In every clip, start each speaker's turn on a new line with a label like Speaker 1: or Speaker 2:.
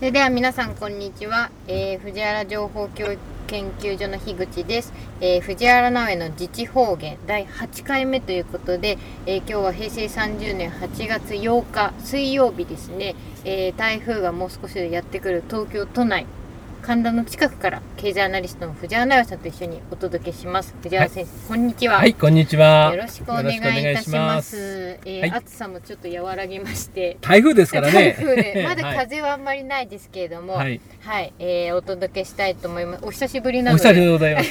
Speaker 1: れでは皆さんこんにちは、えー藤原情報教育研究所の樋口です、えー藤原直江の自治方言第8回目ということで、えー今日は平成30年8月8日水曜日ですね、えー台風がもう少しでやってくる東京都内神田の近くから経済アナリストの藤原直江さんと一緒にお届けします藤原先生、こんにちは、
Speaker 2: はい、こんにちは。
Speaker 1: よろしくお願いいたします。
Speaker 2: よろしくお願いします
Speaker 1: えー
Speaker 2: はい
Speaker 1: 暑さもちょっと和らぎまして、
Speaker 2: 台風ですから
Speaker 1: 台
Speaker 2: ね。
Speaker 1: 風でまだ
Speaker 2: はい
Speaker 1: 風はあんまりないですけれども、は、
Speaker 2: はいい、
Speaker 1: えーお届けしたいと思います。お久しぶりな
Speaker 2: お
Speaker 1: の
Speaker 2: 久しぶ
Speaker 1: で、
Speaker 2: りでございます。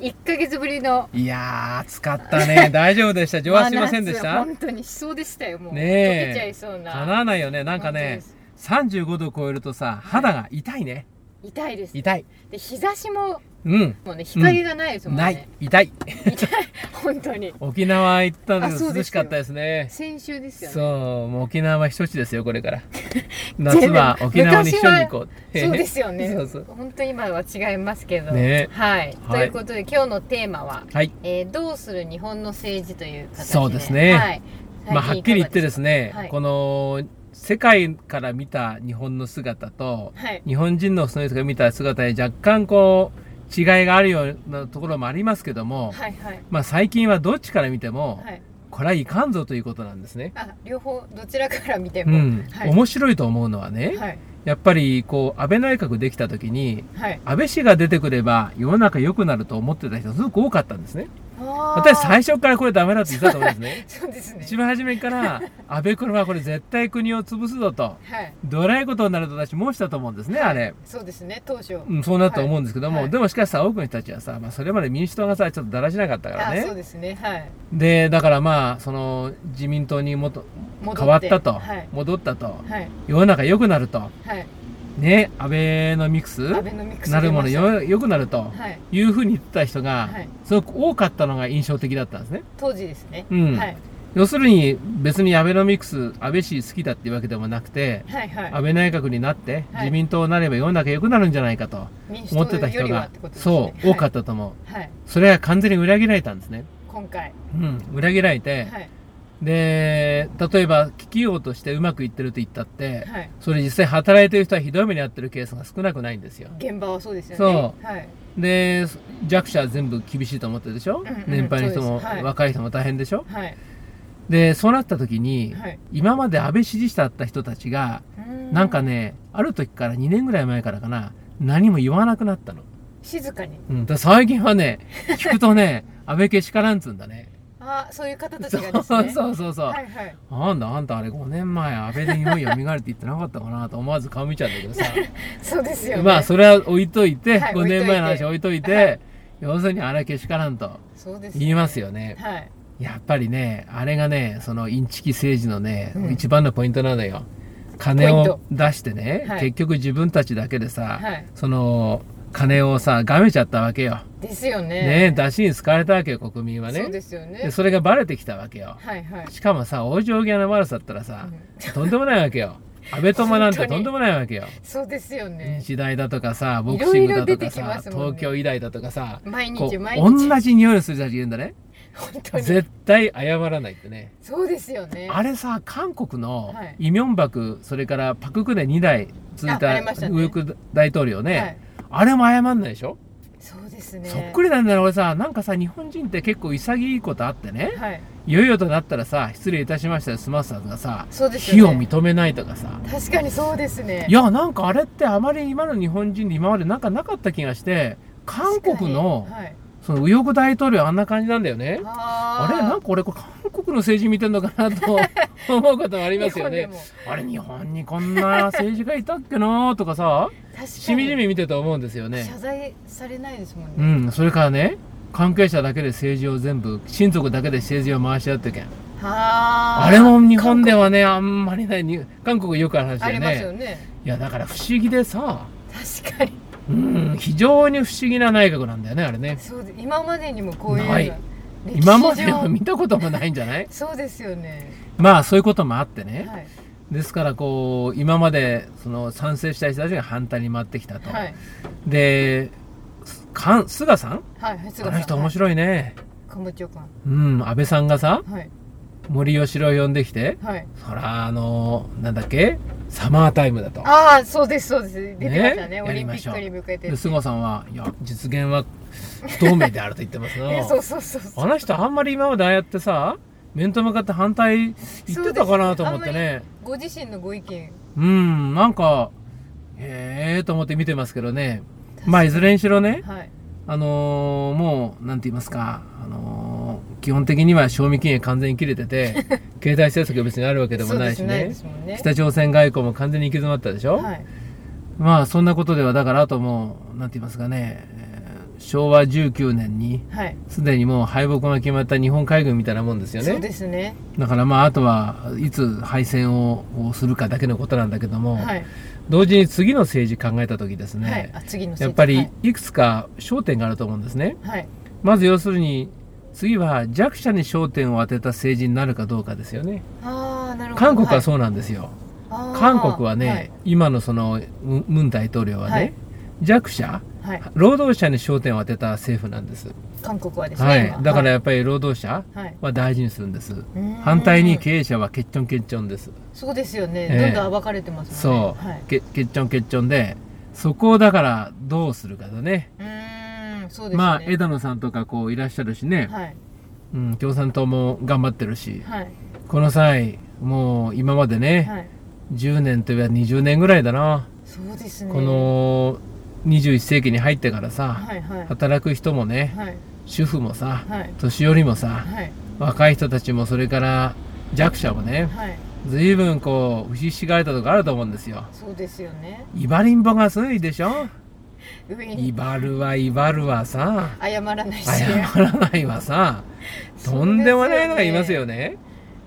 Speaker 1: 一ヶ月ぶりの
Speaker 2: いやー、暑かった ね。大丈夫でした。上はすいませんでし
Speaker 1: 真
Speaker 2: た
Speaker 1: 夏。本当にしそうでしたよ。もう、
Speaker 2: ねえ
Speaker 1: 溶けちゃいそうな。
Speaker 2: かなわないよね。なんかね、
Speaker 1: 本
Speaker 2: 35度超えるとさ、肌が痛いね。
Speaker 1: 当です。痛いです。
Speaker 2: 痛い。
Speaker 1: で日差しも
Speaker 2: うん、
Speaker 1: もうね日陰がないですもんね。
Speaker 2: ない、痛い。
Speaker 1: 本当に
Speaker 2: 沖縄行ったんだけ
Speaker 1: あそう
Speaker 2: ど
Speaker 1: で
Speaker 2: 涼
Speaker 1: す
Speaker 2: し
Speaker 1: よ
Speaker 2: かったですね。
Speaker 1: 先週ですよね。
Speaker 2: そう、もう沖縄は避暑地ですよ、こ れから。夏は沖縄に一緒に行こう。
Speaker 1: そうですよね。
Speaker 2: そうそう
Speaker 1: 本当に今は違いますけど。
Speaker 2: ね
Speaker 1: はい。と
Speaker 2: はい
Speaker 1: いうことで今日のテーマは、
Speaker 2: はい。
Speaker 1: えーどうする日本の政治という形で。
Speaker 2: そうですね
Speaker 1: はい。
Speaker 2: まあ、はっきり言ってです
Speaker 1: ね。
Speaker 2: ね、
Speaker 1: はい
Speaker 2: この世界から見た日本の姿と
Speaker 1: はい。
Speaker 2: 日本人のその人が見た姿に若干こう違いがあるようなところもありますけども、
Speaker 1: はいはい。
Speaker 2: まあ、最近はどっちから見ても、
Speaker 1: はい。
Speaker 2: これはいかんぞということなんですね。
Speaker 1: あ、両方どちらから見て
Speaker 2: う
Speaker 1: も。
Speaker 2: ん
Speaker 1: はい。
Speaker 2: 面白いと思うのはね、
Speaker 1: はい。
Speaker 2: やっぱりこう安倍内閣できた時に
Speaker 1: はい。
Speaker 2: 安倍氏が出てくれば世の中良くなると思ってた人すごく多かったんですね。私
Speaker 1: 私
Speaker 2: 最初からこれダメだって言ってたと思うんで すね。
Speaker 1: そうですね。
Speaker 2: 一番初め から安倍君はこれ絶対国を潰すぞと
Speaker 1: はい。
Speaker 2: どらいことになると私申したと思うんですねあれ、
Speaker 1: そうですね。当初。
Speaker 2: うん、そうなったと思うんですけども、
Speaker 1: はいはい
Speaker 2: でもしかしさ多くの人たちはさ、まあ、それまで民主党がさちょっとだらしなかったから
Speaker 1: あ、そう
Speaker 2: ね
Speaker 1: ですね。はい。
Speaker 2: でだからまあその自民党にもと
Speaker 1: 戻て
Speaker 2: 変わったと、
Speaker 1: はい。
Speaker 2: 戻ったと
Speaker 1: はい。
Speaker 2: 世の中良くなると
Speaker 1: はい。
Speaker 2: ね安倍のミクス
Speaker 1: アベノミクス出ました。
Speaker 2: なるものよ良くなると
Speaker 1: はい。
Speaker 2: いうふうに言ってた人が、
Speaker 1: はい。
Speaker 2: すごく多かったのが印象的だったんですね。
Speaker 1: 当時ですね。
Speaker 2: うん
Speaker 1: はい。
Speaker 2: 要するに別にアベノミクス安倍氏好きだっていうわけでもなくて
Speaker 1: はいはい。
Speaker 2: 安倍内閣になって
Speaker 1: はい
Speaker 2: 自民党になれば世の中良くなるんじゃないかと
Speaker 1: 民主
Speaker 2: 思って
Speaker 1: 党
Speaker 2: た
Speaker 1: よ
Speaker 2: 人
Speaker 1: りはっ
Speaker 2: が
Speaker 1: てことです
Speaker 2: そ
Speaker 1: ね。
Speaker 2: う多か
Speaker 1: っ
Speaker 2: ったと思う
Speaker 1: た。はい。
Speaker 2: それは完全に裏切られたんですね
Speaker 1: 今回。
Speaker 2: うん裏切られて
Speaker 1: はい。
Speaker 2: で例えば企業としてうまくいってると言ったって
Speaker 1: はい。
Speaker 2: それ実際働いてる人はひどい目に遭ってるケースが少なくないんですよ
Speaker 1: 現場はそうですよね。
Speaker 2: そ
Speaker 1: はい。
Speaker 2: で弱者は全部厳しいと思ってるでしょ
Speaker 1: んうん
Speaker 2: 年配の人
Speaker 1: そう
Speaker 2: も
Speaker 1: ですはい
Speaker 2: 若い人も大変でしょ
Speaker 1: はい。
Speaker 2: でそうなった時に
Speaker 1: はい。
Speaker 2: 今まで安倍支持者だった人たちがなんか。ね、ある時から2年ぐらい前からかな、何も言わなくなったの。
Speaker 1: 静かに。
Speaker 2: うん、だから最近はね、聞くとね、安倍けしからんつうんだね。
Speaker 1: あ、そういう方たち
Speaker 2: そう
Speaker 1: がです
Speaker 2: そう
Speaker 1: ね。
Speaker 2: そうそう。
Speaker 1: はいはい。
Speaker 2: なんだあんたあれ5年前安倍で匂い蘇るって言ってなかったかなと思わず顔見ちゃうん だけどさ。
Speaker 1: そうですよね。
Speaker 2: まあそれは置いといて、
Speaker 1: はい
Speaker 2: 5年前の話
Speaker 1: 置
Speaker 2: 置いといて、
Speaker 1: はい
Speaker 2: 要するにあれけしからんと
Speaker 1: そうです。
Speaker 2: 言いますよね。
Speaker 1: はい。
Speaker 2: やっぱりね、あれがね、そのインチキ政治のね、
Speaker 1: うん
Speaker 2: 一番のポイントなのよ。金
Speaker 1: ポイント
Speaker 2: を出してね、
Speaker 1: はい
Speaker 2: 結局自分たちだけでさ、
Speaker 1: はい。
Speaker 2: その金をさがめちゃったわけよ、
Speaker 1: ですよね。
Speaker 2: ね、出しに使われたわけよ国民はね
Speaker 1: そうですよね
Speaker 2: で。それがバレてきたわけよ
Speaker 1: はいはい。
Speaker 2: しかもさ往生際の悪さったら
Speaker 1: う
Speaker 2: さ、
Speaker 1: ん
Speaker 2: とんでもないわけよ安倍友なん
Speaker 1: 本
Speaker 2: て
Speaker 1: 当に
Speaker 2: とんでもないわけよ
Speaker 1: そうですよね。
Speaker 2: 日大だとかさボクシングだとか
Speaker 1: いろいろ出てきま
Speaker 2: さ、
Speaker 1: すもんね
Speaker 2: 東京医大だとかさ
Speaker 1: 毎
Speaker 2: こ
Speaker 1: 日
Speaker 2: う
Speaker 1: 毎日。
Speaker 2: 同じ匂いをする人たちいるんだね
Speaker 1: 本当に。
Speaker 2: 絶対謝らないってね
Speaker 1: そうですよね。
Speaker 2: あれさ韓国の
Speaker 1: はい
Speaker 2: イ・ミョンバクそれからパク・クネ2代続い
Speaker 1: ああ
Speaker 2: た
Speaker 1: りましたね
Speaker 2: 右翼大統領ね、
Speaker 1: はい。
Speaker 2: あれも謝んないでしょ
Speaker 1: そうですね。
Speaker 2: そっくりなんだよ俺さなんかさ日本人って結構潔いことあってね
Speaker 1: はい。
Speaker 2: いよいよとなったらさ失礼いたしましたで済ますはずがさ
Speaker 1: そうです
Speaker 2: 非
Speaker 1: よ
Speaker 2: を
Speaker 1: ね。
Speaker 2: 認めないとかさ
Speaker 1: 確かにそうですね
Speaker 2: い。やなんかあれってあまり今の日本人で今までなんかなかった気がして韓国の
Speaker 1: 確かにはい
Speaker 2: その右翼大統領あんな感じなんだよねあ
Speaker 1: あー
Speaker 2: れなんか俺これ韓国の政治見てんのかな と思うこともありますよ
Speaker 1: 日
Speaker 2: ね
Speaker 1: 本でも
Speaker 2: あれ日本にこんな政治家いたっけなとかさ
Speaker 1: 確かに
Speaker 2: しみじみ見てて思うんですよね
Speaker 1: 謝罪されないですもん
Speaker 2: う
Speaker 1: ね、
Speaker 2: ん、それからね、関係者だけで政治を全部、親族だけで政治を回し合ってけん。
Speaker 1: あー
Speaker 2: あれも日本ではね、あんまりない、に韓国よくある話
Speaker 1: あ
Speaker 2: だ
Speaker 1: り
Speaker 2: よ
Speaker 1: ますよ
Speaker 2: ね。
Speaker 1: ね
Speaker 2: いや、だから不思議でさ、
Speaker 1: 確かに
Speaker 2: うん、非常に不思議な内閣なんだよね、あれね。
Speaker 1: そうで今までにもこういうの
Speaker 2: ない
Speaker 1: 歴史上
Speaker 2: 今までは見たこともないんじゃない
Speaker 1: そうですよね
Speaker 2: まあ、そういうこともあってね。
Speaker 1: はい
Speaker 2: ですから、こう、今まで、その、賛成した人たちが反対に回ってきたと。
Speaker 1: はい
Speaker 2: で、かん菅さん
Speaker 1: はいはい菅
Speaker 2: あ
Speaker 1: さ
Speaker 2: の
Speaker 1: ん
Speaker 2: 人面白いね。
Speaker 1: 官房長官
Speaker 2: うん、安倍さんがさ、
Speaker 1: はい
Speaker 2: 森喜朗を呼んできて、
Speaker 1: はい
Speaker 2: ほらあのなんだっけサマータイムだと。
Speaker 1: ああそうですそうです出てましたね
Speaker 2: ね
Speaker 1: オリンピッ
Speaker 2: や
Speaker 1: ク
Speaker 2: り
Speaker 1: に向けて
Speaker 2: で、菅さんは、いや、実現は不透明であると言ってます
Speaker 1: え
Speaker 2: な。
Speaker 1: そうそうそうそう
Speaker 2: あの人あんまり今までああやってさ、面と向かって反対言ってたかなと思って
Speaker 1: そうで
Speaker 2: ね。
Speaker 1: ご自身のご意見
Speaker 2: うん、なんか、へえーと思って見てますけどね。まあ、いずれにしろね、
Speaker 1: はい
Speaker 2: あのーもう、なんて言いますか、あのー基本的には賞味期限完全に切れてて、 経済政策が別にあるわけでもないし
Speaker 1: そうですない
Speaker 2: ね
Speaker 1: で。すもんね
Speaker 2: 北朝鮮外交も完全に行き詰まったでしょ、
Speaker 1: はい
Speaker 2: まあそんなことではだからあともうなんて言いますかね、えー昭和19年に
Speaker 1: はい
Speaker 2: すでにもう敗北が決まった日本海軍みたいなもんですよ
Speaker 1: そう
Speaker 2: ね
Speaker 1: ですね
Speaker 2: だからまああとはいつ敗戦をするかだけのことなんだけども、
Speaker 1: はい
Speaker 2: 同時に次の政治考えた時ですね、
Speaker 1: はいあ次の
Speaker 2: やっぱ
Speaker 1: は
Speaker 2: り
Speaker 1: い
Speaker 2: いくつか焦点があると思うんですね
Speaker 1: はい
Speaker 2: まず要するに次は弱者に焦点を当てた政治になるかどうかですよね
Speaker 1: ああなるほど
Speaker 2: 韓国はそうなんですよ、
Speaker 1: はいあー
Speaker 2: 韓国はね、
Speaker 1: はい
Speaker 2: 今のそのムムン大統領はね、
Speaker 1: はい
Speaker 2: 弱者
Speaker 1: はい
Speaker 2: 労働者に焦点を当てた政府なんです、
Speaker 1: 韓国はですね
Speaker 2: は
Speaker 1: 今
Speaker 2: い、だからやっぱり労働者
Speaker 1: はい
Speaker 2: は大事にするんです、
Speaker 1: うーん
Speaker 2: 反対に経営者はケッチョンケッチョンです、
Speaker 1: そうですよね、
Speaker 2: ええ
Speaker 1: どんどん暴かれてますもんね
Speaker 2: そう、
Speaker 1: はい
Speaker 2: けケッチョンケッチョンでそこをだからどうするかだね
Speaker 1: うーんそうですね
Speaker 2: まあ枝野さんとかこういらっしゃるしね、
Speaker 1: はい
Speaker 2: うん、共産党も頑張ってるし
Speaker 1: はい
Speaker 2: この際もう今までね、
Speaker 1: はい
Speaker 2: 10年といえば20年ぐらいだな、
Speaker 1: そうですね
Speaker 2: この21世紀に入ってからさ、
Speaker 1: はいはい
Speaker 2: 働く人もね
Speaker 1: はい
Speaker 2: 主婦もさ
Speaker 1: はい
Speaker 2: 年寄りもさ
Speaker 1: はい
Speaker 2: 若い人たちもそれから弱者もね
Speaker 1: はい
Speaker 2: 随分こう不しがれたとこあると思うんですよ
Speaker 1: そうですよね
Speaker 2: イバリンボがすごいでしょ
Speaker 1: 上
Speaker 2: イ
Speaker 1: に
Speaker 2: バルはイバルはさ
Speaker 1: 謝らないし
Speaker 2: 謝らないはさとんでもないのがいますよ
Speaker 1: ね
Speaker 2: ね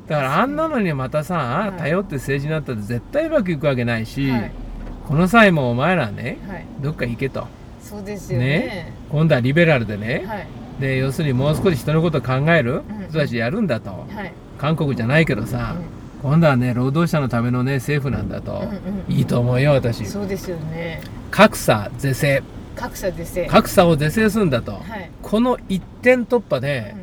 Speaker 2: だからあんなのにまたさ
Speaker 1: はい
Speaker 2: 頼って政治になったって絶対うまくいくわけないし、
Speaker 1: はい
Speaker 2: この際もお前らね
Speaker 1: はい
Speaker 2: どっか行けと
Speaker 1: そうですよね
Speaker 2: 今度はリベラルでね、
Speaker 1: はい
Speaker 2: で要するにもう少し人のことを考える
Speaker 1: うん
Speaker 2: 人たちやるんだと、
Speaker 1: はい
Speaker 2: 韓国じゃないけどさ、今度はね労働者のためのね政府なんだ
Speaker 1: う
Speaker 2: と
Speaker 1: ん、うん
Speaker 2: いいと思うよ
Speaker 1: う
Speaker 2: 私
Speaker 1: んそうですよね
Speaker 2: 格差是正
Speaker 1: 格差ですね
Speaker 2: 格差を是正するんだと、
Speaker 1: はい
Speaker 2: この一点突破で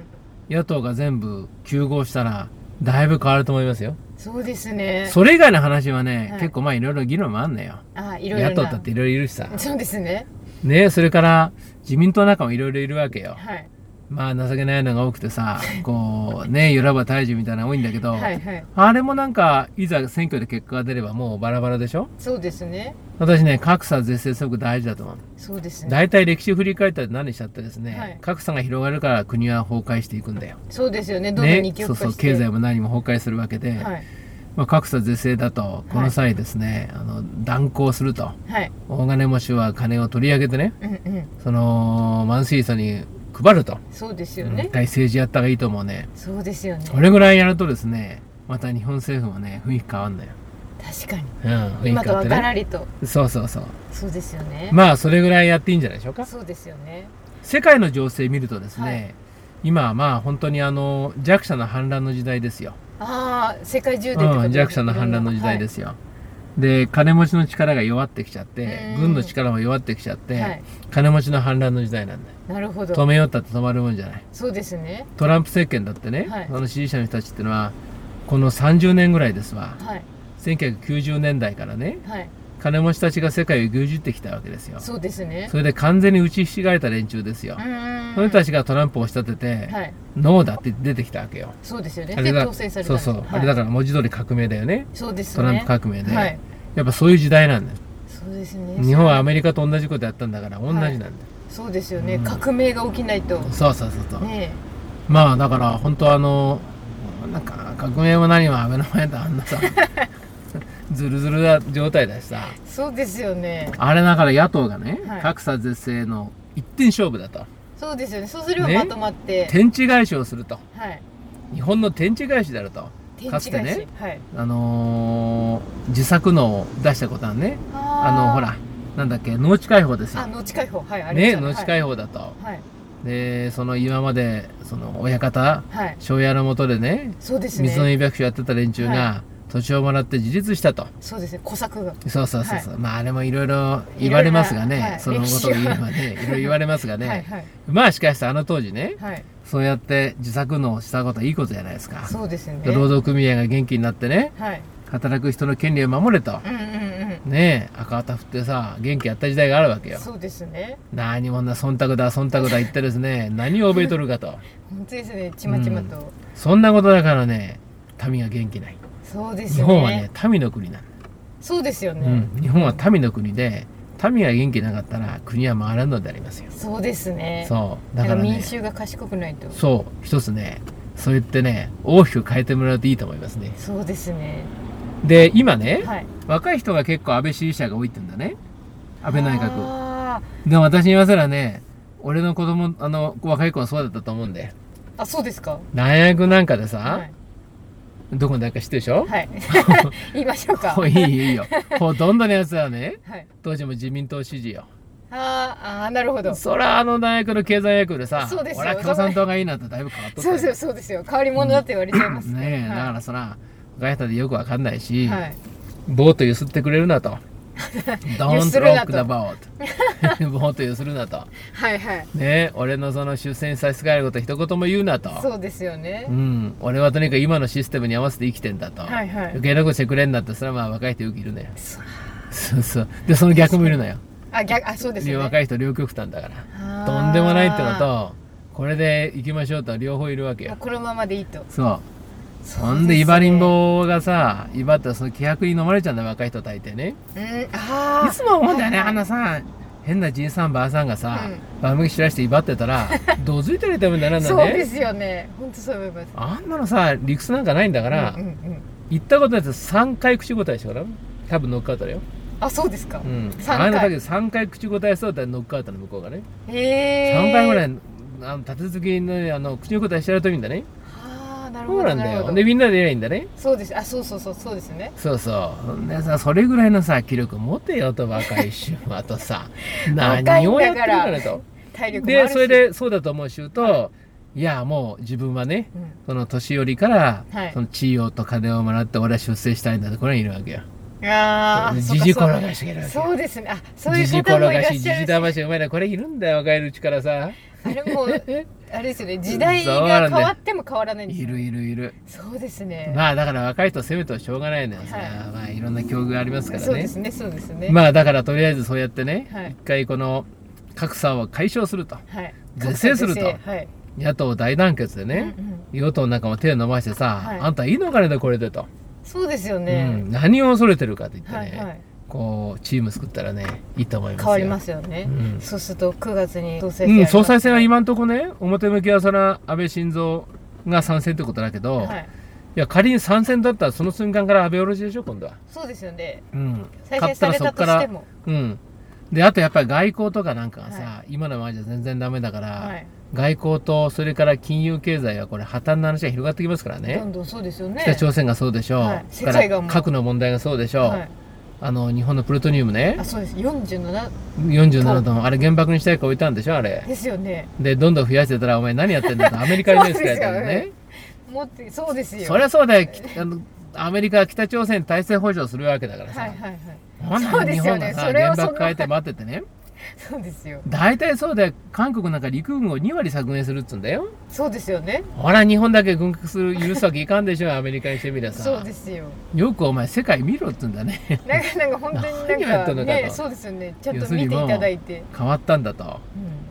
Speaker 1: う、ん
Speaker 2: 野党が全部休合したらだいぶ変わると思いますよ、
Speaker 1: そうですね
Speaker 2: それ以外の話はね、
Speaker 1: はい
Speaker 2: 結構まあいろいろ議論もあんのよ
Speaker 1: あいろいろな
Speaker 2: 野党だっていろいろいるしさ
Speaker 1: そうですね
Speaker 2: ねそれから自民党なんかもいろいろいるわけよ
Speaker 1: はい
Speaker 2: まあ情けないのが多くてさこうねゆらば大樹みたいなの多いんだけど、
Speaker 1: はいはい
Speaker 2: あれもなんかいざ選挙で結果が出ればもうバラバラでしょ
Speaker 1: そうですね
Speaker 2: 私ね格差是正すごく大事だと思う
Speaker 1: そうですね
Speaker 2: 大体歴史振り返ったら何しちゃってですね、
Speaker 1: はい
Speaker 2: 格差が広がるから国は崩壊していくんだよ、
Speaker 1: そうですよねどんどん二
Speaker 2: ね、
Speaker 1: 極
Speaker 2: そう
Speaker 1: 化
Speaker 2: そう
Speaker 1: して
Speaker 2: 経済も何も崩壊するわけで、
Speaker 1: はい
Speaker 2: まあ、格差是正だとこの際ですね、あの断行すると
Speaker 1: はい
Speaker 2: 大金持ちは金を取り上げてね
Speaker 1: うんうん
Speaker 2: そのマンスイートに配ると、
Speaker 1: そうですよ
Speaker 2: うん一
Speaker 1: ね
Speaker 2: 回政治やった方がいいと思うね
Speaker 1: そうですよね
Speaker 2: これぐらいやるとですねまた日本政府もね雰囲気変わんのよ、
Speaker 1: 確かに
Speaker 2: うん、雰囲
Speaker 1: 今
Speaker 2: 気
Speaker 1: と
Speaker 2: 変わっ
Speaker 1: は
Speaker 2: て
Speaker 1: が
Speaker 2: ね
Speaker 1: らりと
Speaker 2: そうそうそう
Speaker 1: そうですよね
Speaker 2: まあそれぐらいやっていいんじゃないでしょうか
Speaker 1: そうですよね
Speaker 2: 世界の情勢見るとですね、
Speaker 1: はい
Speaker 2: 今はまあ本当にあの弱者の反乱の時代ですよ、
Speaker 1: ああ世界中でってことです
Speaker 2: うん、弱者の反乱の時代ですすよ、で金持ちの力が弱ってきちゃって
Speaker 1: うん
Speaker 2: 軍の力も弱ってきちゃって、
Speaker 1: はい
Speaker 2: 金持ちの反乱の時代なんだよ
Speaker 1: なるほ
Speaker 2: 止
Speaker 1: ど
Speaker 2: めようったって止まるもんじゃない
Speaker 1: そうですね
Speaker 2: トランプ政権だってね、
Speaker 1: はい
Speaker 2: その支持者の人たちってのはこの30年ぐらいですわ
Speaker 1: はい
Speaker 2: 1990年代からね
Speaker 1: はい
Speaker 2: 金持ちたちが世界を牛耳ってきたわけですよ
Speaker 1: そうですね
Speaker 2: それで完全に打ちひしがれた連中ですよ
Speaker 1: う、ーん
Speaker 2: その人たちがトランプを押し立てて、
Speaker 1: はい
Speaker 2: ノーだって出てきたわけよ
Speaker 1: そうですよね
Speaker 2: あれ
Speaker 1: で
Speaker 2: だ
Speaker 1: 当選された
Speaker 2: そうそう、あれだ
Speaker 1: か
Speaker 2: から文字通り革命だよね
Speaker 1: らそうです
Speaker 2: トラン
Speaker 1: ね
Speaker 2: プ革命で、
Speaker 1: はい
Speaker 2: やっぱそういう時代なんだよ
Speaker 1: そうですね
Speaker 2: 日本はアメリカと同じことやったんだから同じなんだよ、
Speaker 1: そうですよね
Speaker 2: うん
Speaker 1: 革命が起きないと
Speaker 2: そうそうそうそう、
Speaker 1: ね
Speaker 2: まあだから本当あのなんか革命も何もアベノマやったあんな さずるずるな状態だしさ
Speaker 1: えそうですよね
Speaker 2: あれだから野党がね、
Speaker 1: はい
Speaker 2: 格差是正の一点勝負だと
Speaker 1: そうですよねそうすれば
Speaker 2: ね
Speaker 1: まとまって
Speaker 2: 天地返しをすると
Speaker 1: はい
Speaker 2: 日本の天地返しであると
Speaker 1: 天
Speaker 2: か
Speaker 1: 地
Speaker 2: つて
Speaker 1: 返
Speaker 2: ね
Speaker 1: しはい
Speaker 2: あのー自作のを出したことはねあのほらなんだっけ農地開放です
Speaker 1: あ
Speaker 2: よ。
Speaker 1: 農地解放はいあり
Speaker 2: ね
Speaker 1: ま
Speaker 2: 農
Speaker 1: し
Speaker 2: 地
Speaker 1: たね
Speaker 2: 開放だと。
Speaker 1: はい
Speaker 2: でその今までその親方
Speaker 1: はいはい
Speaker 2: 庄屋のもとでね
Speaker 1: そうです
Speaker 2: 水の
Speaker 1: ね
Speaker 2: 湯百姓やってた連中
Speaker 1: は
Speaker 2: が土地をもらって自立したと。
Speaker 1: そうですね小作が
Speaker 2: そうそうそうそう、まああれもいろいろ言われますが
Speaker 1: いろいろなは
Speaker 2: ね
Speaker 1: い
Speaker 2: そのことを言えばねいろいろ言われますがね、
Speaker 1: はいはい
Speaker 2: まあしかしあの当時ね
Speaker 1: はい
Speaker 2: そうやって自作のをしたことはいいことじゃないですか。
Speaker 1: そうですね
Speaker 2: で労働組合が元気になってね
Speaker 1: はい
Speaker 2: 働く人の権利を守れと
Speaker 1: うんうんうん
Speaker 2: ねえ赤旗振ってさ元気やった時代があるわけよ
Speaker 1: そうですね
Speaker 2: 何もんな忖度だ忖度だ言ってですね何を覚えとるかと
Speaker 1: 本当ですねちまちまと、
Speaker 2: うそんなことだからね民は元気ない
Speaker 1: そうです
Speaker 2: 日
Speaker 1: ね
Speaker 2: 本はね民の国なんだ、
Speaker 1: そうですよね、
Speaker 2: うん、日本は民の国で民が元気なかったら国は回らんのでありますよ
Speaker 1: そうですね
Speaker 2: そう
Speaker 1: だ
Speaker 2: だ
Speaker 1: か
Speaker 2: からら
Speaker 1: 民
Speaker 2: ね
Speaker 1: 衆が賢くないと
Speaker 2: そう一つねそう言ってね大きく変えてもらうといいと思いますね
Speaker 1: そうですね
Speaker 2: で今ね
Speaker 1: はい
Speaker 2: 若い人が結構安倍支持者が多いって言うんだね安倍内閣
Speaker 1: あ
Speaker 2: でも私に言わせらね俺の子供あの若い子はそうだったと思うんで
Speaker 1: ーあそうですか
Speaker 2: 大学なんかでさ、
Speaker 1: はい、
Speaker 2: どこにだか知ってるでしょ、
Speaker 1: はい、言いましょうか
Speaker 2: もういいよいいよほとんどのやつはね
Speaker 1: はい、
Speaker 2: 当時も自民党支持よ
Speaker 1: あーあーなるほどそ
Speaker 2: そらあの大学の経済学部でさ
Speaker 1: そうですよ
Speaker 2: 俺は共産党がいいなとだいぶ変わっとったよ
Speaker 1: うそうそうですよ変わり者だって言われちゃいます
Speaker 2: ねえだからそら若い人でよくわかんないし、
Speaker 1: はい、はい、
Speaker 2: ボート揺すってくれるなと Don't
Speaker 1: するなと
Speaker 2: rock the boat ボート揺するなと
Speaker 1: はいはい
Speaker 2: ねえ俺のその出世に差し支えること一言も言うなと
Speaker 1: そうですよね
Speaker 2: うん、俺はとにかく今のシステムに合わせて生きてんだと、
Speaker 1: はいはい
Speaker 2: 余計なことしてくれんだってそれはまあ若い人よくいるのよ
Speaker 1: そ
Speaker 2: そうそうでその逆もいるのよ、
Speaker 1: あ逆あそうですよね
Speaker 2: 若い人両極端だから
Speaker 1: あー
Speaker 2: とんでもないってのとこれで行きましょうと両方いるわけ
Speaker 1: もう
Speaker 2: よ
Speaker 1: このままでいいと
Speaker 2: そう
Speaker 1: そ
Speaker 2: ほんでイバリンボがさ威張ったらその気迫に飲まれちゃうんだよ若い人大抵ね
Speaker 1: うですねうんああ
Speaker 2: いつも思うんだよね
Speaker 1: はい
Speaker 2: あんなさ変なじいさんばあさんがさ、
Speaker 1: う
Speaker 2: 番組知らして威張って たらどづいてるってもんだよなあんだ
Speaker 1: そう
Speaker 2: ね
Speaker 1: ですよね本当そう思います
Speaker 2: あんなのさ理屈なんかないんだから、
Speaker 1: うんうんうん、
Speaker 2: 行ったことないやつ3回口答えしたから多分ノックアウトだよ、
Speaker 1: あそうですか、
Speaker 2: うん、
Speaker 1: 三
Speaker 2: あの
Speaker 1: 回
Speaker 2: 時3回口答えそうだったらノックアウトの向こうがね、
Speaker 1: へえ
Speaker 2: 3回ぐら
Speaker 1: い
Speaker 2: いあの立て続けにねあの口の答えしてやるといいんだね
Speaker 1: ああなる
Speaker 2: そ
Speaker 1: ほ
Speaker 2: う
Speaker 1: ど
Speaker 2: なん
Speaker 1: な
Speaker 2: だ
Speaker 1: るほ
Speaker 2: よ
Speaker 1: ど
Speaker 2: でみんなでやりゃいいんだね
Speaker 1: そうですあそうそうそうそうですね
Speaker 2: そうそうでさそれぐらいのさ気力持てよと若い衆はと さ何をやってるかなと
Speaker 1: 体力もある
Speaker 2: で
Speaker 1: し
Speaker 2: それ、でそうだと思う衆といやもう自分はね
Speaker 1: うん
Speaker 2: その年寄りから、
Speaker 1: はい
Speaker 2: その地位をと金をもらって俺は出世したいんだってこれはいるわけよ
Speaker 1: ああ
Speaker 2: じじ転がしがいるわけよ
Speaker 1: そうですねあそういう
Speaker 2: じじ
Speaker 1: 方
Speaker 2: 転
Speaker 1: もいら
Speaker 2: が
Speaker 1: っしゃ
Speaker 2: し、
Speaker 1: る
Speaker 2: じじ魂、お前らこれいるんだよ、若いうちからさ。
Speaker 1: あれもうあれですよね時代
Speaker 2: そう
Speaker 1: が
Speaker 2: なん
Speaker 1: 変
Speaker 2: だよ
Speaker 1: わっても変わらないんです
Speaker 2: い
Speaker 1: よ
Speaker 2: るいるいる。
Speaker 1: そうですね、
Speaker 2: まあだから若い人攻めてもしょうがないのよ。
Speaker 1: はい
Speaker 2: まあまあいろんな境遇がありますから
Speaker 1: そうで
Speaker 2: ね。
Speaker 1: すねそうですね、
Speaker 2: まあだからとりあえずそうやってね、
Speaker 1: はい
Speaker 2: 一回この格差を解消すると。
Speaker 1: はい
Speaker 2: 是正す
Speaker 1: 格差
Speaker 2: ると
Speaker 1: 是正はい
Speaker 2: 野党大団結でね、
Speaker 1: うんうん
Speaker 2: 与党なんかも手を伸ばしてさ、
Speaker 1: はい
Speaker 2: あんたいいのかねこれでと、
Speaker 1: そうですよ
Speaker 2: う
Speaker 1: ね、
Speaker 2: ん何を恐れてるかって言ってね、
Speaker 1: はいはい
Speaker 2: こうチーム作ったらね、いいと思います
Speaker 1: 変
Speaker 2: よ。
Speaker 1: わりますよね、
Speaker 2: うん
Speaker 1: そうすると9月に総裁選あり
Speaker 2: う
Speaker 1: ま
Speaker 2: ん、
Speaker 1: す
Speaker 2: 総裁選は今んとこね、表向きはそれは安倍晋三が参戦ってことだけど、
Speaker 1: はい
Speaker 2: いや仮に参戦だったらその瞬間から安倍おろしでしょ今度は、
Speaker 1: そうですよね
Speaker 2: うん、
Speaker 1: 再選されたとしても
Speaker 2: うんであとやっぱり外交とかなんかがさ、
Speaker 1: は
Speaker 2: 今のままじゃ全然ダメだから、
Speaker 1: はい
Speaker 2: 外交とそれから金融経済はこれ破綻の話が広がってきますから
Speaker 1: ど
Speaker 2: ね
Speaker 1: んどんそうですよね
Speaker 2: 北朝鮮がそうでしょう、
Speaker 1: はい
Speaker 2: それか
Speaker 1: 世界が
Speaker 2: ら
Speaker 1: もう
Speaker 2: 核の問題がそうでしょう、
Speaker 1: はい
Speaker 2: あの日本のプルトニウムね
Speaker 1: あそうです47
Speaker 2: 47度もあれ原爆にしたいか置いたんでしょあれ
Speaker 1: ですよね
Speaker 2: でどんどん増やしてたらお前何やってん だとアメリカに目つけられた
Speaker 1: そ
Speaker 2: よ
Speaker 1: うです
Speaker 2: ね
Speaker 1: よもってそうですよ
Speaker 2: そりゃそうだよきあのアメリカは北朝鮮に体制保障するわけだからさ、
Speaker 1: はいはいはい
Speaker 2: なん
Speaker 1: そう
Speaker 2: で
Speaker 1: で
Speaker 2: 日
Speaker 1: すよ
Speaker 2: 本
Speaker 1: ね
Speaker 2: がさ、
Speaker 1: それを
Speaker 2: 原
Speaker 1: その
Speaker 2: 爆変えて待っててね
Speaker 1: そうですよ
Speaker 2: 大体そうで韓国なんか陸軍を2割削減するっつうんだよ
Speaker 1: そうですよね
Speaker 2: ほら日本だけ軍拡する許すわけいかんでしょアメリカにしてみりゃさ
Speaker 1: そうですよ
Speaker 2: よくお前世界見ろっつうんだね
Speaker 1: なんかなんか本当に
Speaker 2: 何を
Speaker 1: な
Speaker 2: やっ
Speaker 1: ん
Speaker 2: て
Speaker 1: か
Speaker 2: んのかと
Speaker 1: ねそうですよねちゃんと見ていただいて
Speaker 2: 変わったんだと
Speaker 1: うん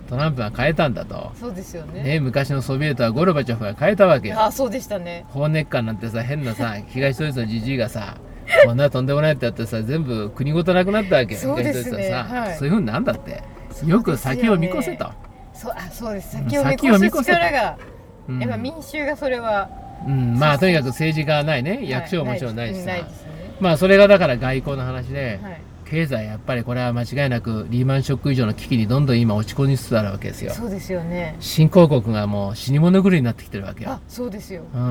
Speaker 2: トランプは変えたんだと、
Speaker 1: そうですよね
Speaker 2: ね、昔のソビエトはゴルバチョフが変えたわけよ
Speaker 1: あそうでしたね
Speaker 2: ホーネッカーなんてさ変なさ東ドイツのじじいがさこんなとんでもないってやってさ全部国ごとなくなったわけよ
Speaker 1: そうですね
Speaker 2: 東ドイツはさ、
Speaker 1: はい
Speaker 2: そういうふうになんだって
Speaker 1: すよね
Speaker 2: よく先を見越せと、
Speaker 1: そうあそうです
Speaker 2: うん
Speaker 1: 先を見
Speaker 2: 先を見越
Speaker 1: 越
Speaker 2: せ
Speaker 1: す力が
Speaker 2: うん
Speaker 1: やっぱ民衆がそれは
Speaker 2: うん、まあとにかく政治家はないね
Speaker 1: はい
Speaker 2: 役所ももちろんないしさ、
Speaker 1: ないですね
Speaker 2: まあそれがだから外交の話で、
Speaker 1: はい
Speaker 2: 経済やっぱりこれは間違いなくリーマンショック以上の危機にどんどん今落ち込みつつあるわけですよ
Speaker 1: そうですよね
Speaker 2: 新興国がもう死に物狂いになってきてるわけよ
Speaker 1: あ、そうですよ
Speaker 2: うん、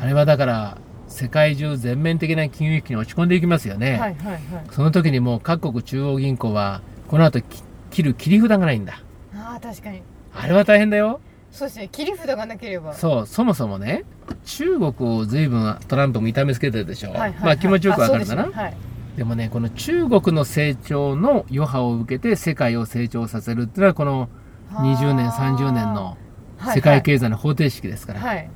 Speaker 2: あれはだから世界中全面的な金融危機に落ち込んでいきますよね、
Speaker 1: はいはいはい
Speaker 2: その時にもう各国中央銀行はこの後き切る切り札がないんだ
Speaker 1: あー確かに
Speaker 2: あれは大変だよ
Speaker 1: そうですね切り札がなければ
Speaker 2: そうそもそもね中国を随分トランプも痛めつけてるでしょ、
Speaker 1: はいはいはい
Speaker 2: まあ気持ちよくわかるかな
Speaker 1: あそうですねはい
Speaker 2: でもね、この中国の成長の余波を受けて世界を成長させるっていうのはこの20年、
Speaker 1: あー
Speaker 2: 30年の
Speaker 1: はい
Speaker 2: 世界経済の方程式ですから、
Speaker 1: はい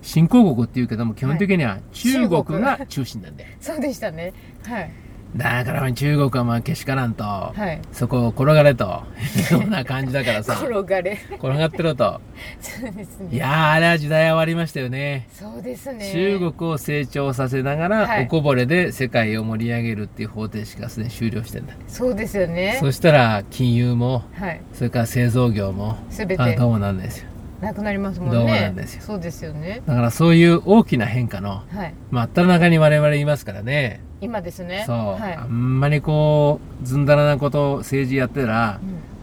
Speaker 2: 新興国っていうけども基本的には中
Speaker 1: 中
Speaker 2: 国
Speaker 1: 国
Speaker 2: が中心なんだよ
Speaker 1: そうでしたねはい
Speaker 2: だからまあ中国はまあけしからんと、
Speaker 1: はい
Speaker 2: そこを転がれ というような感じだからさ
Speaker 1: 転がれ
Speaker 2: 転がってろと
Speaker 1: そうです
Speaker 2: い
Speaker 1: ね
Speaker 2: やーあれは時代は終わりましたよね
Speaker 1: そうですね
Speaker 2: 中国を成長させながら、
Speaker 1: はい
Speaker 2: おこぼれで世界を盛り上げるっていう方程式がすでに終了してんだ
Speaker 1: そうですよね
Speaker 2: そしたら金融も
Speaker 1: はい
Speaker 2: それから製造業も
Speaker 1: すべ
Speaker 2: あ
Speaker 1: て
Speaker 2: どうもなんですよ
Speaker 1: なくなりますもんね
Speaker 2: どうなんですよ
Speaker 1: そうですよね
Speaker 2: だからそういう大きな変化の
Speaker 1: はい
Speaker 2: 真っただ中に我々いますからね
Speaker 1: 今ですね
Speaker 2: そう、
Speaker 1: はい
Speaker 2: あんまりこうずんだらなことを政治やってたら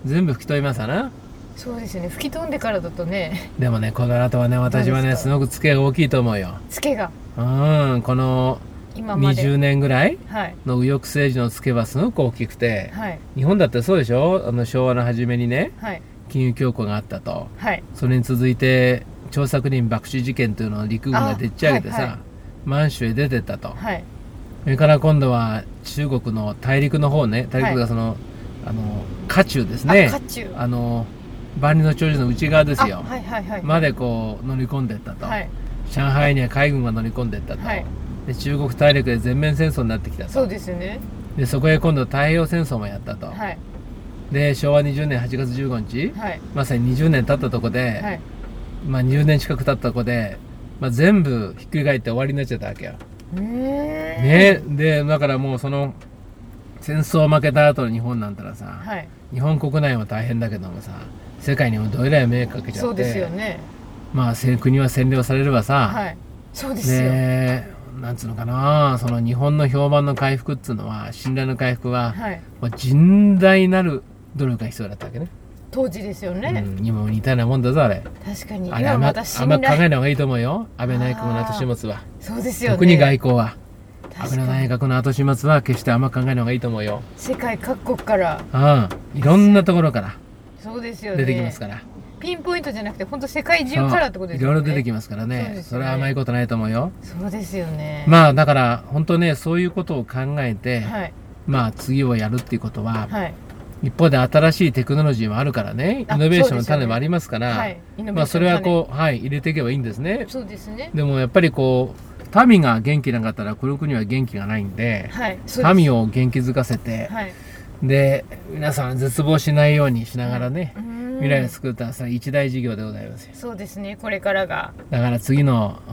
Speaker 1: うん
Speaker 2: 全部吹き飛びますわな
Speaker 1: そうですよね吹き飛んでからだとね
Speaker 2: でもねこの後はね私は
Speaker 1: どうで
Speaker 2: ね
Speaker 1: すか
Speaker 2: すごくツケが大きいと思うよ
Speaker 1: ツケが
Speaker 2: うんこの
Speaker 1: 今まで
Speaker 2: 20年ぐらい
Speaker 1: はい
Speaker 2: の右翼政治のツケはすごく大きくて
Speaker 1: はい
Speaker 2: 日本だってそうでしょあの昭和の初めにね
Speaker 1: はい
Speaker 2: 金融恐慌があったと
Speaker 1: はい
Speaker 2: それに続いて張作霖爆死事件というのを陸軍がでっち上げてさ、
Speaker 1: あはいはい
Speaker 2: 満州へ出てったと
Speaker 1: はい
Speaker 2: それから今度は中国の大陸の方ね大陸がその、あの渦中ですね
Speaker 1: あ渦中
Speaker 2: あの万里の長城の内側ですよ、
Speaker 1: あはいはいはい
Speaker 2: までこう乗り込んでったと、
Speaker 1: はい
Speaker 2: 上海には海軍が乗り込んでったと、
Speaker 1: はい
Speaker 2: で中国大陸で全面戦争になってきたと
Speaker 1: そうですね
Speaker 2: でそこへ今度太平洋戦争もやったと、
Speaker 1: はい
Speaker 2: で昭和20年8月15日
Speaker 1: はい
Speaker 2: まさに20年経ったとこで、
Speaker 1: はい
Speaker 2: まあ、20年近く経ったとこで、まあ、全部ひっくり返って終わりになっちゃったわけよ。
Speaker 1: ね
Speaker 2: ね、でだからもうその戦争負けた後の日本なんたらさ、
Speaker 1: はい
Speaker 2: 日本国内も大変だけどもさ世界にもどえらい迷惑かけちゃって
Speaker 1: そうですよね
Speaker 2: まあ、せ国は占領されればさ、
Speaker 1: はいそうですよ
Speaker 2: ねなんつうのかなその日本の評判の回復っつうのは信頼の回復は、
Speaker 1: はい
Speaker 2: もう甚大なる努力が必要だったわけね。
Speaker 1: 当時ですよね
Speaker 2: うん、今も似たようなもんだぞあれ。
Speaker 1: 確かに
Speaker 2: あれあ
Speaker 1: 今
Speaker 2: んま
Speaker 1: また
Speaker 2: あ
Speaker 1: 信
Speaker 2: んま考
Speaker 1: 頼
Speaker 2: えない方がいいと思うよ安倍内閣の後始末は、
Speaker 1: そうですよね
Speaker 2: 特に外交は安
Speaker 1: 確
Speaker 2: 倍
Speaker 1: か
Speaker 2: 内
Speaker 1: に
Speaker 2: 閣の後始末は決してあんま考えない方がいいと思うよ
Speaker 1: 世界各国から
Speaker 2: うんいろんなところから
Speaker 1: そうですよね
Speaker 2: 出てきますから、
Speaker 1: ピンポイントじゃなくて本当世界中
Speaker 2: そう
Speaker 1: からってことです
Speaker 2: いろ
Speaker 1: よ
Speaker 2: い
Speaker 1: ね
Speaker 2: ろ出てきますからね
Speaker 1: そう
Speaker 2: そ
Speaker 1: ですね
Speaker 2: れは甘いことないと思うよ
Speaker 1: そうですよね
Speaker 2: まあだから本当ねそういうことを考えて、
Speaker 1: はい
Speaker 2: まあ次をやるっていうことは、
Speaker 1: はい
Speaker 2: 一方で新しいテクノロジーもあるからねイ
Speaker 1: あ
Speaker 2: ノベーショ
Speaker 1: そ
Speaker 2: ン
Speaker 1: うで
Speaker 2: の
Speaker 1: すよね
Speaker 2: 種もありますから
Speaker 1: はいイノベ
Speaker 2: ま
Speaker 1: ー
Speaker 2: あ
Speaker 1: ショ
Speaker 2: そ
Speaker 1: ンの種
Speaker 2: れはこうはい入れていけばいいんですね
Speaker 1: そうですね
Speaker 2: でもやっぱりこう民が元気なかったらこの国は元気がないんで
Speaker 1: はいそうです
Speaker 2: 民を元気づかせて
Speaker 1: はい
Speaker 2: で皆さん絶望しないようにしながらね
Speaker 1: うーん
Speaker 2: 未来を作ったらそれは一大事業でございますよ
Speaker 1: そうですねこれからが
Speaker 2: だから次のお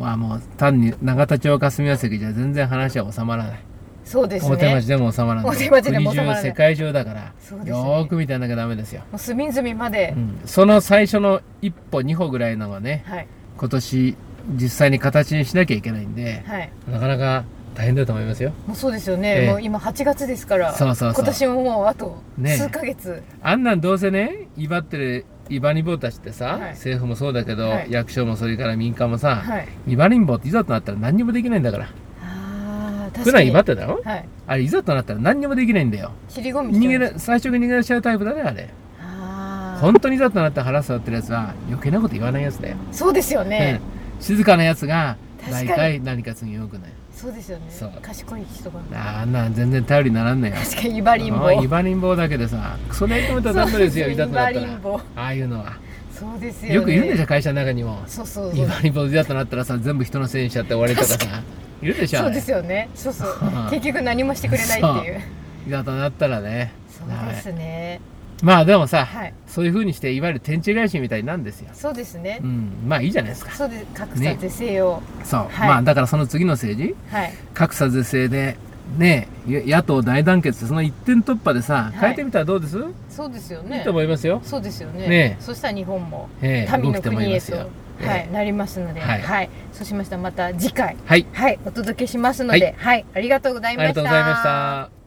Speaker 2: ーはもう単に永田町霞が関じゃ全然話は収まらない
Speaker 1: そうですね
Speaker 2: 大手町でも収まらない
Speaker 1: 大手町でも収まらない
Speaker 2: 国中世界中だから
Speaker 1: そうですね
Speaker 2: よーく見てやんなきゃダメですよ、
Speaker 1: もう隅々まで
Speaker 2: う、ん、その最初の一歩二歩ぐらいのがね
Speaker 1: はい
Speaker 2: 今年実際に形にしなきゃいけないんで
Speaker 1: はい
Speaker 2: なかなか大変だと思いますよ
Speaker 1: もうそうですよね、
Speaker 2: ええ
Speaker 1: もう今8月ですから
Speaker 2: そうそうそう
Speaker 1: 今年ももうあと
Speaker 2: ねえ
Speaker 1: 数ヶ月、
Speaker 2: あんなんどうせね威張ってる威張り棒たちって
Speaker 1: は
Speaker 2: さ、
Speaker 1: い
Speaker 2: 政府もそうだけど、
Speaker 1: はい
Speaker 2: 役所もそれから民間もさ、
Speaker 1: はい
Speaker 2: 威張りん棒っていざとなったら何にもできないんだから
Speaker 1: あー確かに
Speaker 2: 普段威張ってたろ
Speaker 1: はい
Speaker 2: あれいざとなったら何にもできないんだよ
Speaker 1: 尻込みして
Speaker 2: 逃げ
Speaker 1: ます
Speaker 2: な最初に逃げ出しちゃうタイプだねあれ
Speaker 1: あー
Speaker 2: 本当にいざとなったら腹座ってるやつは余計なこと言わないやつだよ、
Speaker 1: そうですよね、
Speaker 2: うん静かなやつが
Speaker 1: 確か
Speaker 2: 大
Speaker 1: に
Speaker 2: 体何か次よくない
Speaker 1: そうですよね
Speaker 2: そう
Speaker 1: 賢い人が
Speaker 2: あんなん全然頼りにならんのよ
Speaker 1: 確か に威張りんぼ
Speaker 2: うん威張りん棒だけでさクソ大根たらダメですよ
Speaker 1: そう
Speaker 2: い
Speaker 1: ですね
Speaker 2: ざとなった
Speaker 1: 威張り
Speaker 2: ら
Speaker 1: ん坊
Speaker 2: ああいうのは
Speaker 1: そうですよね
Speaker 2: よくいるんでしょ会社の中にも
Speaker 1: そうそうそ
Speaker 2: 今
Speaker 1: う
Speaker 2: に坊主だとなったらさ全部人のせいにしちゃって終わりとか
Speaker 1: 確
Speaker 2: さいるでしょ
Speaker 1: そ
Speaker 2: あ
Speaker 1: う
Speaker 2: れ
Speaker 1: ですよねそう そう
Speaker 2: うん
Speaker 1: 結局何もしてくれないっていう
Speaker 2: いざとなったらね
Speaker 1: そうですね
Speaker 2: はいまあでもさ、
Speaker 1: はい
Speaker 2: そういうふうにしていわゆる天地返しみたいになんですよ、
Speaker 1: そうですね
Speaker 2: うん、まあいいじゃないですか
Speaker 1: そうです格差是正を
Speaker 2: そう、
Speaker 1: はい
Speaker 2: まあだからその次の政治
Speaker 1: はい
Speaker 2: 格差是正でねえ野党大団結その一点突破でさ、
Speaker 1: い
Speaker 2: 変えてみたらどうです、
Speaker 1: そうですよ
Speaker 2: いい
Speaker 1: ね
Speaker 2: と思いますよ、
Speaker 1: そうですよ
Speaker 2: ね
Speaker 1: ねそしたら日本も
Speaker 2: ええ
Speaker 1: 民
Speaker 2: 動
Speaker 1: の
Speaker 2: きても
Speaker 1: 国
Speaker 2: いま
Speaker 1: へ
Speaker 2: す
Speaker 1: と
Speaker 2: よええ
Speaker 1: はいなりますので
Speaker 2: はい
Speaker 1: はいそうしましたらまた次回
Speaker 2: はい
Speaker 1: はいお届けしますのではいありがとうござい
Speaker 2: あり
Speaker 1: ま
Speaker 2: が
Speaker 1: した
Speaker 2: とうございました